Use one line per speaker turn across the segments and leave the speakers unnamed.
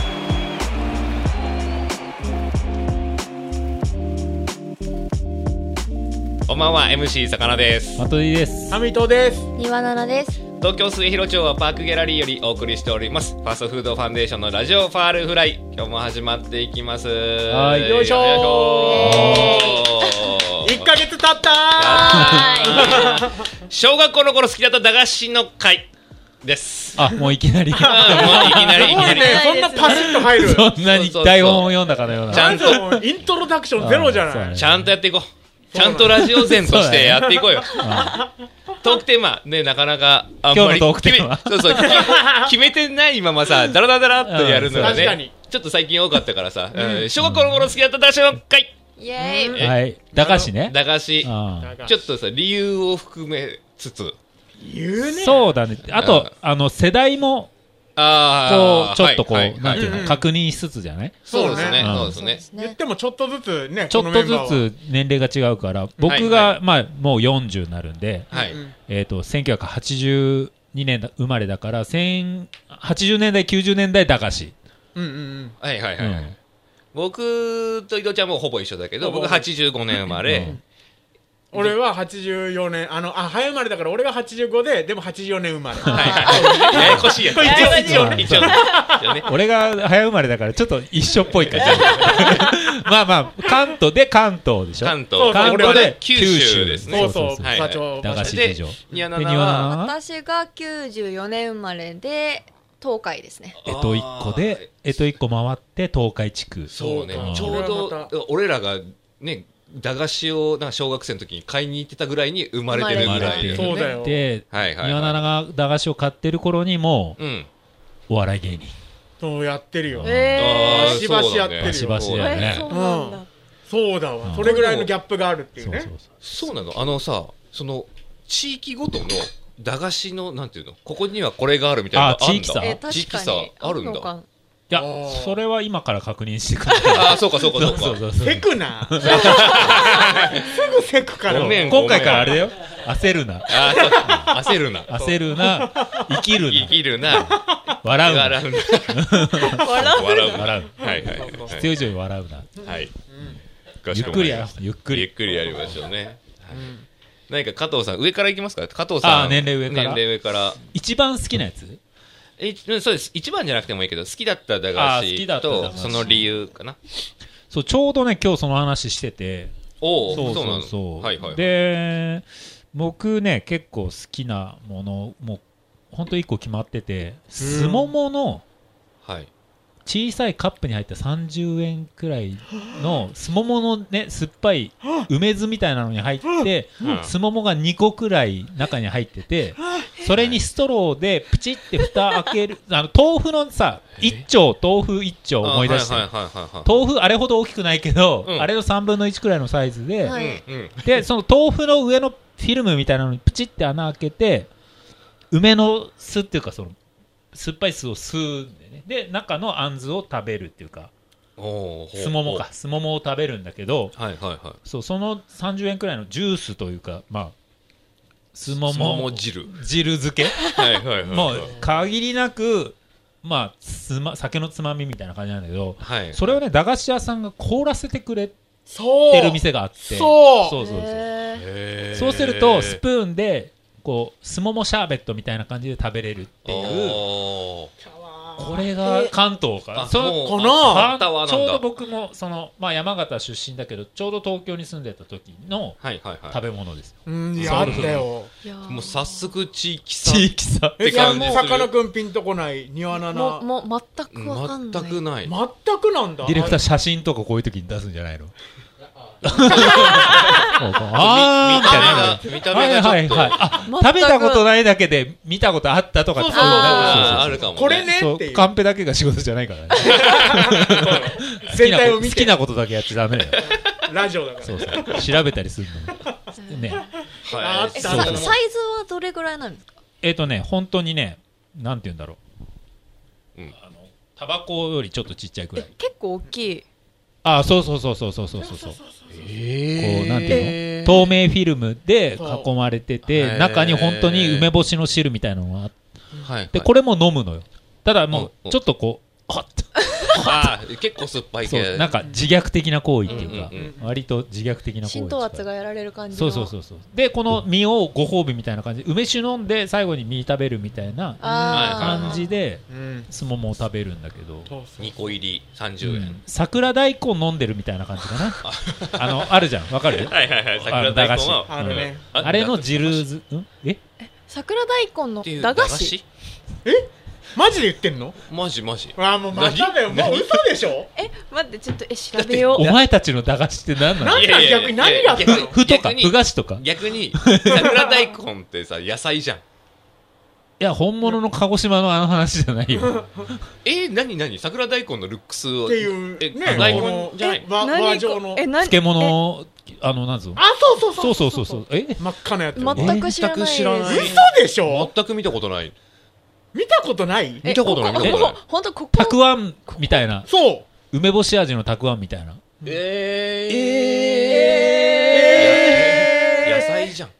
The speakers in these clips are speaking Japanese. Hey.
こんばんは MC さかなです
マトリです。
ハミトです。
庭奈々です。
東京末広町はパークギャラリーよりお送りしておりますファーストフードファンデーションのラジオファールフライ今日も始まっていきます
はい
よいしょー
よいしょー
一ヶ月経った
あー 小学校の頃好きだった駄菓子の会 です
あ、もういきなり。
うんもういきなりい
す
き
ご
ないり
ね、そんなパシッと入 る。
そんな
そうそ
に
うそう
台本を読んだかのような。
ちゃん
なんかもうイントロダクションゼロじゃ
あーそうだ
ない。
ね
ちゃんとやっていこうちゃんとラジオ前としてやっていこうよトークテーマねなかなかあんまり
今日のトークテーマ
決め そうそう決め決めてないままさダラダラダラっとやるのが
うん確かに
ねちょっと最近多かったからさうん小学校の頃好きだった駄菓子の会
イエーイ。
え
はい。駄菓子ね。
駄菓子
あ
ちょっとさ理由を含めつつ
言う
ー
ね。
そうだね。あ
う
と
ん、
あの、世代も、こ
ああ
う、ちょっとこ
は
う、
い
な
は
ん
い
ていう
う
の、
ん
確認しつつじゃない
そうですね
うん
そうですね
言ってもちょっとずつね、
ちょっ
ことのメンバーは
ずつ年齢が違うから、僕
はい
が、まあ、もう40になるんで、
はい
うん
えっと、1982年だ生まれだから、1000 80年代、90年代駄菓子。
うんうん
はいはいはい
うん
僕と伊藤ちゃんもほぼ一緒だけど
ほぼ
僕85年生ま
う
れ
ん
うん。俺は84年、あの、あ、早生まれだから俺が85で、でも84年生まれ。
はいはいややこしいやつ
ややこしい
一応ね一応ね一応ね
俺が早生まれだから、ちょっと一緒っぽい 感じ。まあまあ、関東で関東でしょ。
関東
そうそう
関
俺は
東
ね
で九州ですね
そうそう、
そうそうそう
はい
課長。
駄菓子
で
事情。
ニワナ
で
ナ
庭
は
菜は
私が94年生まれで東海ですね。
えと1個で、えと1個回って東海地区。
そうね
うん
ちょうど俺らがね駄菓子をなんか小学生の時に買いに行ってたぐらいに生まれてるぐらい
生まれてる
そうだよ。
で、
はいはいは
岩七が駄菓子を買ってる頃にも
いうん
うお笑い芸人。
そうやってるよ。
あ
え
ー
しばしやってる
そうだね
バ
よ
シバシ
ー。
だよね
えーそうなんだ。
そうだわ。
ん
それぐらいのギャップがあるっていう
そう
ね
そう。そ
そうなのあのさその地域ごとの駄菓子のなんていうのここにはこれがあるみたいなの
あ
があるんだ
地域差
えー
地域
確
差
かに
あるん
の
だ
か
う。いや
あー、
それは今から確認してくれ。
ああそうかそうかそう
そうそ
か
うそう
セ クな。すぐセクから。
ごめん
今回からあれだよ。焦るな。
あーそう焦るな
焦るな。生きる
生
な。
きるな
笑うな。
笑うな笑うな
笑う
はいはいはい
必要以上に笑うな。
はい。
ゆっくりやろう。ゆっく
ゆっ
り。
くりやりましょうね。はい何か加藤さん、上からいきますか加藤さん。
あー年齢上から
年齢上から。
一番好きなやつ
えうんそうです。一番じゃなくてもいいけど、好きだった駄菓
あー好きだ
子
った駄菓
と、
子
その理由かな。
そう、ちょうどね、今日その話してて。
おお、
そう
な
そう
の
そう。
はいはい。
で、僕ね、結構好きなもの、もう、ほんと1個決まってて、すももの
はい。
小さいカップに入った30円くらいの、すもものね、酸っぱい梅酢みたいなのに入って
うん、
すももが2個くらい中に入ってて、それにストローでプチって蓋開ける、あの、豆腐のさ、1丁、豆腐1丁思い出して
あ、はいはいはいはい
豆腐あれほど大きくないけど、
うん
あれの3分の1くらいのサイズで、
は
はいい。うんうん。
でその豆腐の上のフィルムみたいなのにプチって穴開けて梅の酢っていうかその酸っぱい酢を吸うんでねで中のあんずを食べるっていうか
おお。ほう
すももか。すももを食べるんだけど
はいはいはい。
そうその30円くらいのジュースというかまあすも
すもも
も
汁。
汁漬け
はいはいはい。
もう限りなくまあつま酒のつまみみたいな感じなんだけど
はい。
それをね駄菓子屋さんが凍らせてくれて
そう。
る店があって
そう
そうそうそう
へ
え
ー
そうするとスプーンでこうすももシャーベットみたいな感じで食べれるっていう
おー
これが関東か
あ
らその
もう
この
あ
か
ハンターは
ちょう
な
ど
んだ。
僕もその、まあ、山形出身だけどちょうど東京に住んでた時の
はいはいはい
食。べ物です、
うん、いや、あったよ。
ー。いやー
もう早速 地域差
地域差
って
いや、
感じ
もう、
す
さかな
る。
クンピンとこない、庭菜
も
な。
うもう全くわかんない。
全くない。
全くなん だ。
ディレクター
ー。
写真とかこういう時に出すんじゃないの
見
あー
見た目が、見た目がちょっと。
はいはいはいあ
全く
食べたことないだけで見たことあったとか
そうそう
あー
そ
あるかも、ね。
これね
うそうそう
っていう
カンペだけが仕事じゃない からね好き
全
な
体
こ
を
好
見
き
て、
なことだけやっちゃダメだよ
ラジオだから。
そうそう調べたりするのね
はい
ああっ
え
た
さ
あ
サ
っ
イ
た
ズはどれぐらいなんですか
えっ、とね本当にねなんて言うんだろう、
うん
あのタバコよりちょっとちっちゃいくらい
結構大きい
ああそうそうそうそうそうそうそうそう
え
こうなんていうの透明フィルムで囲まれて
そう
て中に本当に梅干しの汁みたいなのがあっ
はい
てこれも飲むのよただも
う
うんちょっとこうあっ
あー結構酸っぱい
そ
系
うなんか自虐的な行為っていうか
うんうん
割と自虐的な行為に近い
浸透圧がやられる感じの
そうそうそうそうでこの実をご褒美みたいな感じで梅酒飲んで最後に実食べるみたいな
あー
感じで
うん
すももを食べるんだけど
そうそう
2個入り30円、
うん桜大根飲んでるみたいな感じか なあのあるじゃんわかる
はいはいはい
あ
桜
の
大
駄菓
根
子
は
あのね
うん
あれの汁ずんえ
桜大根の
っていう
駄菓子
マジで言ってんの
マジマジ
ああもうまただよ
何
もう嘘でしょ
え待ってちょっとえ調べよ
お
う
前たちの駄菓子って何なの
なんか逆に何があった
いやいやいや
の
いや
ふとか
逆に
ふ菓子とかい
逆に桜大根ってさ野菜じゃん
や本物の鹿児島のあの話じゃないよ
えー、何何桜大根のルックスを
っていう
え
ね
大
この
根じゃない
わ
何
和上の
え何
漬物あのなんぞ
あそうそうそ
そううそうそうそうえ
真っ赤なやつ
え
嘘
全く知らない
全く
です
知らない
でしょ
全く見たことない
見たことない
え
見たことない
ここ
見たことない
ほほんとここ
たくあんみたいな
そう
梅干し味のたくあんみたいな
え
え
野菜じゃん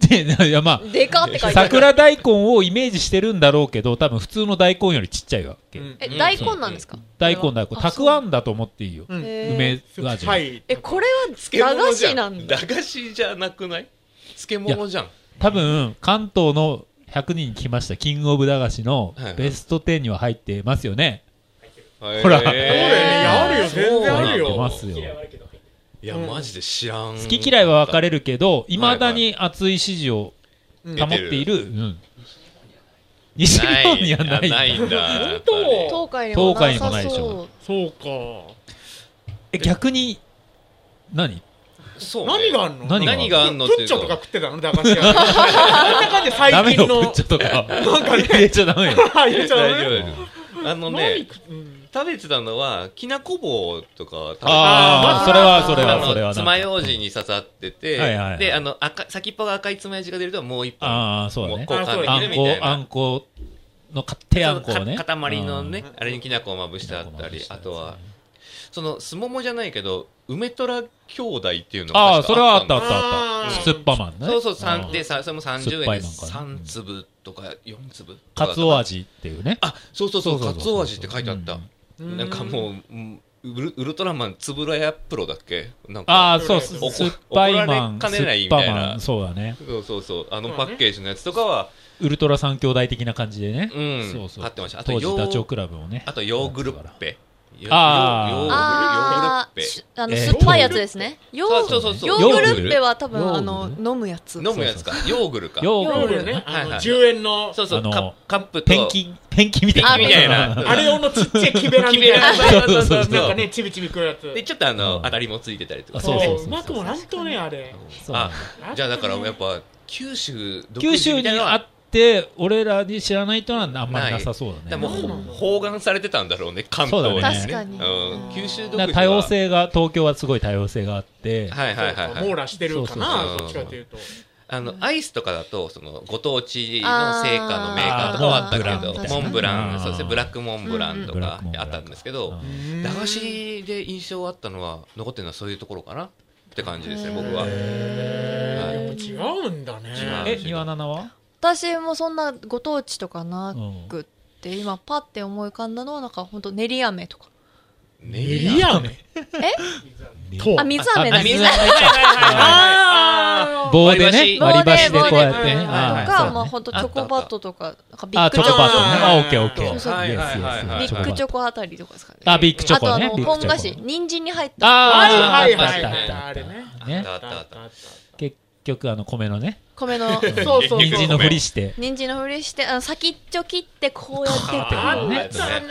でいやま
でかって書
あ
いてある
桜大根をイメージしてるんだろうけど多分普通の大根よりちっちゃいわけ、
うん
え大根なんですか
大根大根
あ
たくあんだと思っていいよ、
うん
へー
梅
酸っ
味の、
ぱい
えこれは駄菓子なんだ
駄菓子じゃなくない漬物じゃん
多分関東の100人来ましたキングオブ駄菓子の
はいはい
ベスト10には入ってますよね、
ほ
ほら
そうだ
よねいやあるよ全然あるよ
入ってますよ
いやマジで知らん
好き嫌いは分かれ
る
るけどいまだに熱い支持を
うん
保っている、うん、西日本にはない
ないんだ
本当
やっぱり
東海にもなさ
東海にもないでし
そ
ょ
う
そうか
え逆に何
そうね
何があんの
何が
何があんのって
プ
い
ッ
う
チョとか食ってたの駄菓 子屋なんだかんで
ダメ
最
よ
近
プ
の
ッチョとか
かね
入れちゃダメよ
入れちゃダメ
大丈夫大丈夫あのね
何食うん
食べてたのはきなこ棒とか食べてた
ああ
あー
それはそれ
あ
は
の
それはなんか
爪楊枝に刺さってて、
はいはいはい
で、あの、赤、先っぽが赤い爪楊枝が出ると、もう一本。
ああそうだ
もう
ね
こう、
あ
噛
そ
ん
う
で
だ
あ
きる
ね
ん
みた
こ
い、な。
あんこのか、手あんこをね。
か塊のね
うん、
あれにきな粉をまぶしてあったり、あとは、、その、すももじゃないけど、梅虎兄弟っていうのが
ああ、
確
そ
か
れはあっ
の
たあったあっ
あ
た。
ー
スッパマンね。
そうそう、
う
三
ん
で、さ、それも三十
酸っ
円
ぱ
で
いなんかね
三粒とか四粒とか。
カツオ。味っていうね。
あ、そうそうそう、カツオ味って書いてあっ
う
た
ん。
なんかもううん、ウルウルトラマン、つぶらやプロだっけなんか。
ああ、そう、ス
怒ら
ッパイマン、
怒
ス
られかねない
ッ
み
パ
たいな
マン、そうだね。
そうそうそう、あのパッケージのやつとかは、
ウルトラ三兄弟的な感じでね。
うん
そうそう。
買ってましたあと
当時、
ヨー
ダチョウ倶楽部をね。
あとヨーグルッペ。ヨ
あー
ヨヨ
あー
ー
しあの
えー
酸っぱいやつですねヨ
そう
ー
そうそうそう
ヨーグルッペは多
ヨー
分
グル
あの飲むやつ
グルッペ。飲むやつか。ヨーグルか。
ヨ
ヨ
ー
ー
そう
グル
だよね
ね。
あ
はいは
の
い
10円の
そうそ
あ
う、
の
カカップと。
ペンキ、ペンキみたいな。
ペンキみ
たいな
あれ用のちっちゃい木べらみ
キベ
たい
ラ
な
そうそうそう
なん
そ
か
う。
ねちびちび食うやつ
で、ちょっとあの、
うん
当たりもついてたりとか。
そうそうそうそう
まくもなんとねあれ
そう
あ、じゃあだから
あったね
やっぱ、九州、独
九
自
州
み
に
たいなのは
あって、俺らに知らないというのはあんまり
ない
なさそう
で
だね。
も
そうなの
包含されてたんだろうね、関東に。
そうだね
確かに
うん、九州独
だか
自は。
ら多様。性が、東京はすごい多様性があって、
はいはいはい、はい。
網羅してるか
そうそうそう
などっちかというと
あのアイスとかだとそのご当地の製菓のメーカーとかはあった
あー
けどモ
モ
ン
ン
ブ
ブラ
ラン
ンとかね
そうですねブラックモンブランと
ブラッ
か
クモンブラ
あ
ン
ったんですけど
うん
駄菓子で印象あったのは残ってるのはそういうところかなって感じですね僕は
やっ
は
ぱ違うんだね
違う
え、庭菜々は
私もそんなご当地とかな
うん
くって今パッて思い浮かんだのはなんか本当練り飴とか
練
エリアメと
あ水飴だ
あ
水
水
飴
あ
棒でね、
棒
割り箸でこ
棒
うやってね。
と
あー
か
は
まあ
いそう
本当チョコバットとかなんかビ
だねあ、
ッ
チョコ
グチョ
バットね。
あ
あ、
ー
オッケーオッケー。
そう
そう
はいはいはいはい
ビッグチ
ョコ。
ョコあたりとかですかね
あ、ビッグチョ
あと
コ
あ
ね。
の
ビッグ
ポ
チ
ン
ョ
菓
コ
子人参に入っ
あ
た
あ、
はい
あっ
はい
た
はい
あったあ
あ
っ
れ
た
ね
ね
あ。ったあったあっ
結局、あの、米のね、
米の
そうそうそう
人参のふりして。
人参のふりしてあの先っちょ切ってこうやって
あ
あ
っ
った
た
ね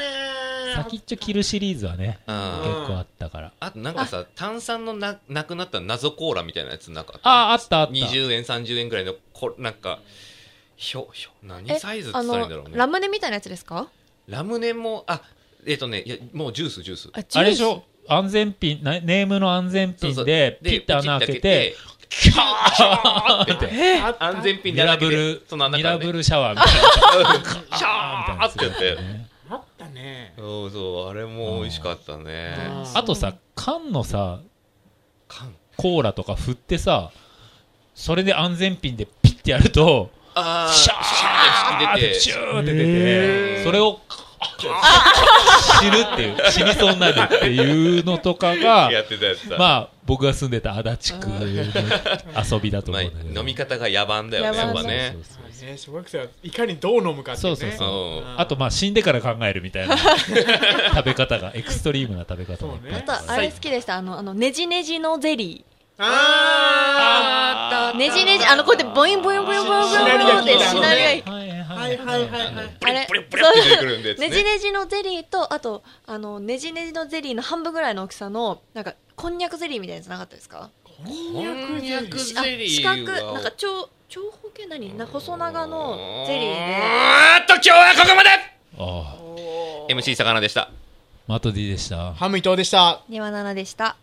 先っちょ切るシリーズはね、
た
結
うん
構あったから。
あとなんかさ炭酸のななくなった謎コーラみたいなやつなんか
あ、あったあった。
20円30円ぐらいのこなんかひょひょ何
え
サイズって
あ
言ったらいいんだろ
の
うね
ラムネみたいなやつですか
ラムネもあえっ、とねいやもうジュースジュース
あジュース
あれでしょ安全ピン、なネームの安全
そ
ピ
うそ
ン
う
で、ピッて穴開けて、
キャーって
え
あ
安全ピン
ミ
じゃな
ラ
く
ブ
て
ル、
その
ミ
中
ラ
で
ブ
ね。
ルシャワーみたいな。
シャーってやって。
あったね
そうそう、あれも美味しかったね。
あとさ、缶のさ、
缶
コーラとか振ってさ、それで安全ピンでピッてやると、
あー
シャ
ー
ー
っ
ってて
出
シ
て。
ューって出て、それを、知るっていう、死にそうになるっていうのとかが、
やってたやつだ。まあ、
まあ、僕が住んでた足立区の遊びだと思うんだけど。
飲み方が野蛮だよね、や
野
っ
蛮
ぱ
だ
ね。
そうそうそう
ね小学生はいかにどう飲むかっていうね
そうそうそう
うん
あと、まあ、死んでから考えるみたいな食べ方が、エクストリームな食べ方がいっぱいあ
あ
る
とあれ好きでしたあのあのねじねじのゼリ
あ
ーねじねじあのこうやってボインボインボインボインボインボインって
し
し
な
な
り
り
が
が
い
い
は
い
い
い
ー
は
はいい
は
はいいはいはい
あれ
プリプリって出てくるんでやつ
ね
ね。
じねじのゼリーとあとあのねじねじのゼリーの半分ぐらいの大きさのなんかこんにゃくゼリーみたいなやつなかったですか
こんにゃく
あ
ゼリ
四
ー
角
は
なんか長長方形何な細長のゼリー
う
で
ーんと、今日はここまで
ああ
MC 魚でした。
マトディでした
ハム伊藤でした
庭菜々でした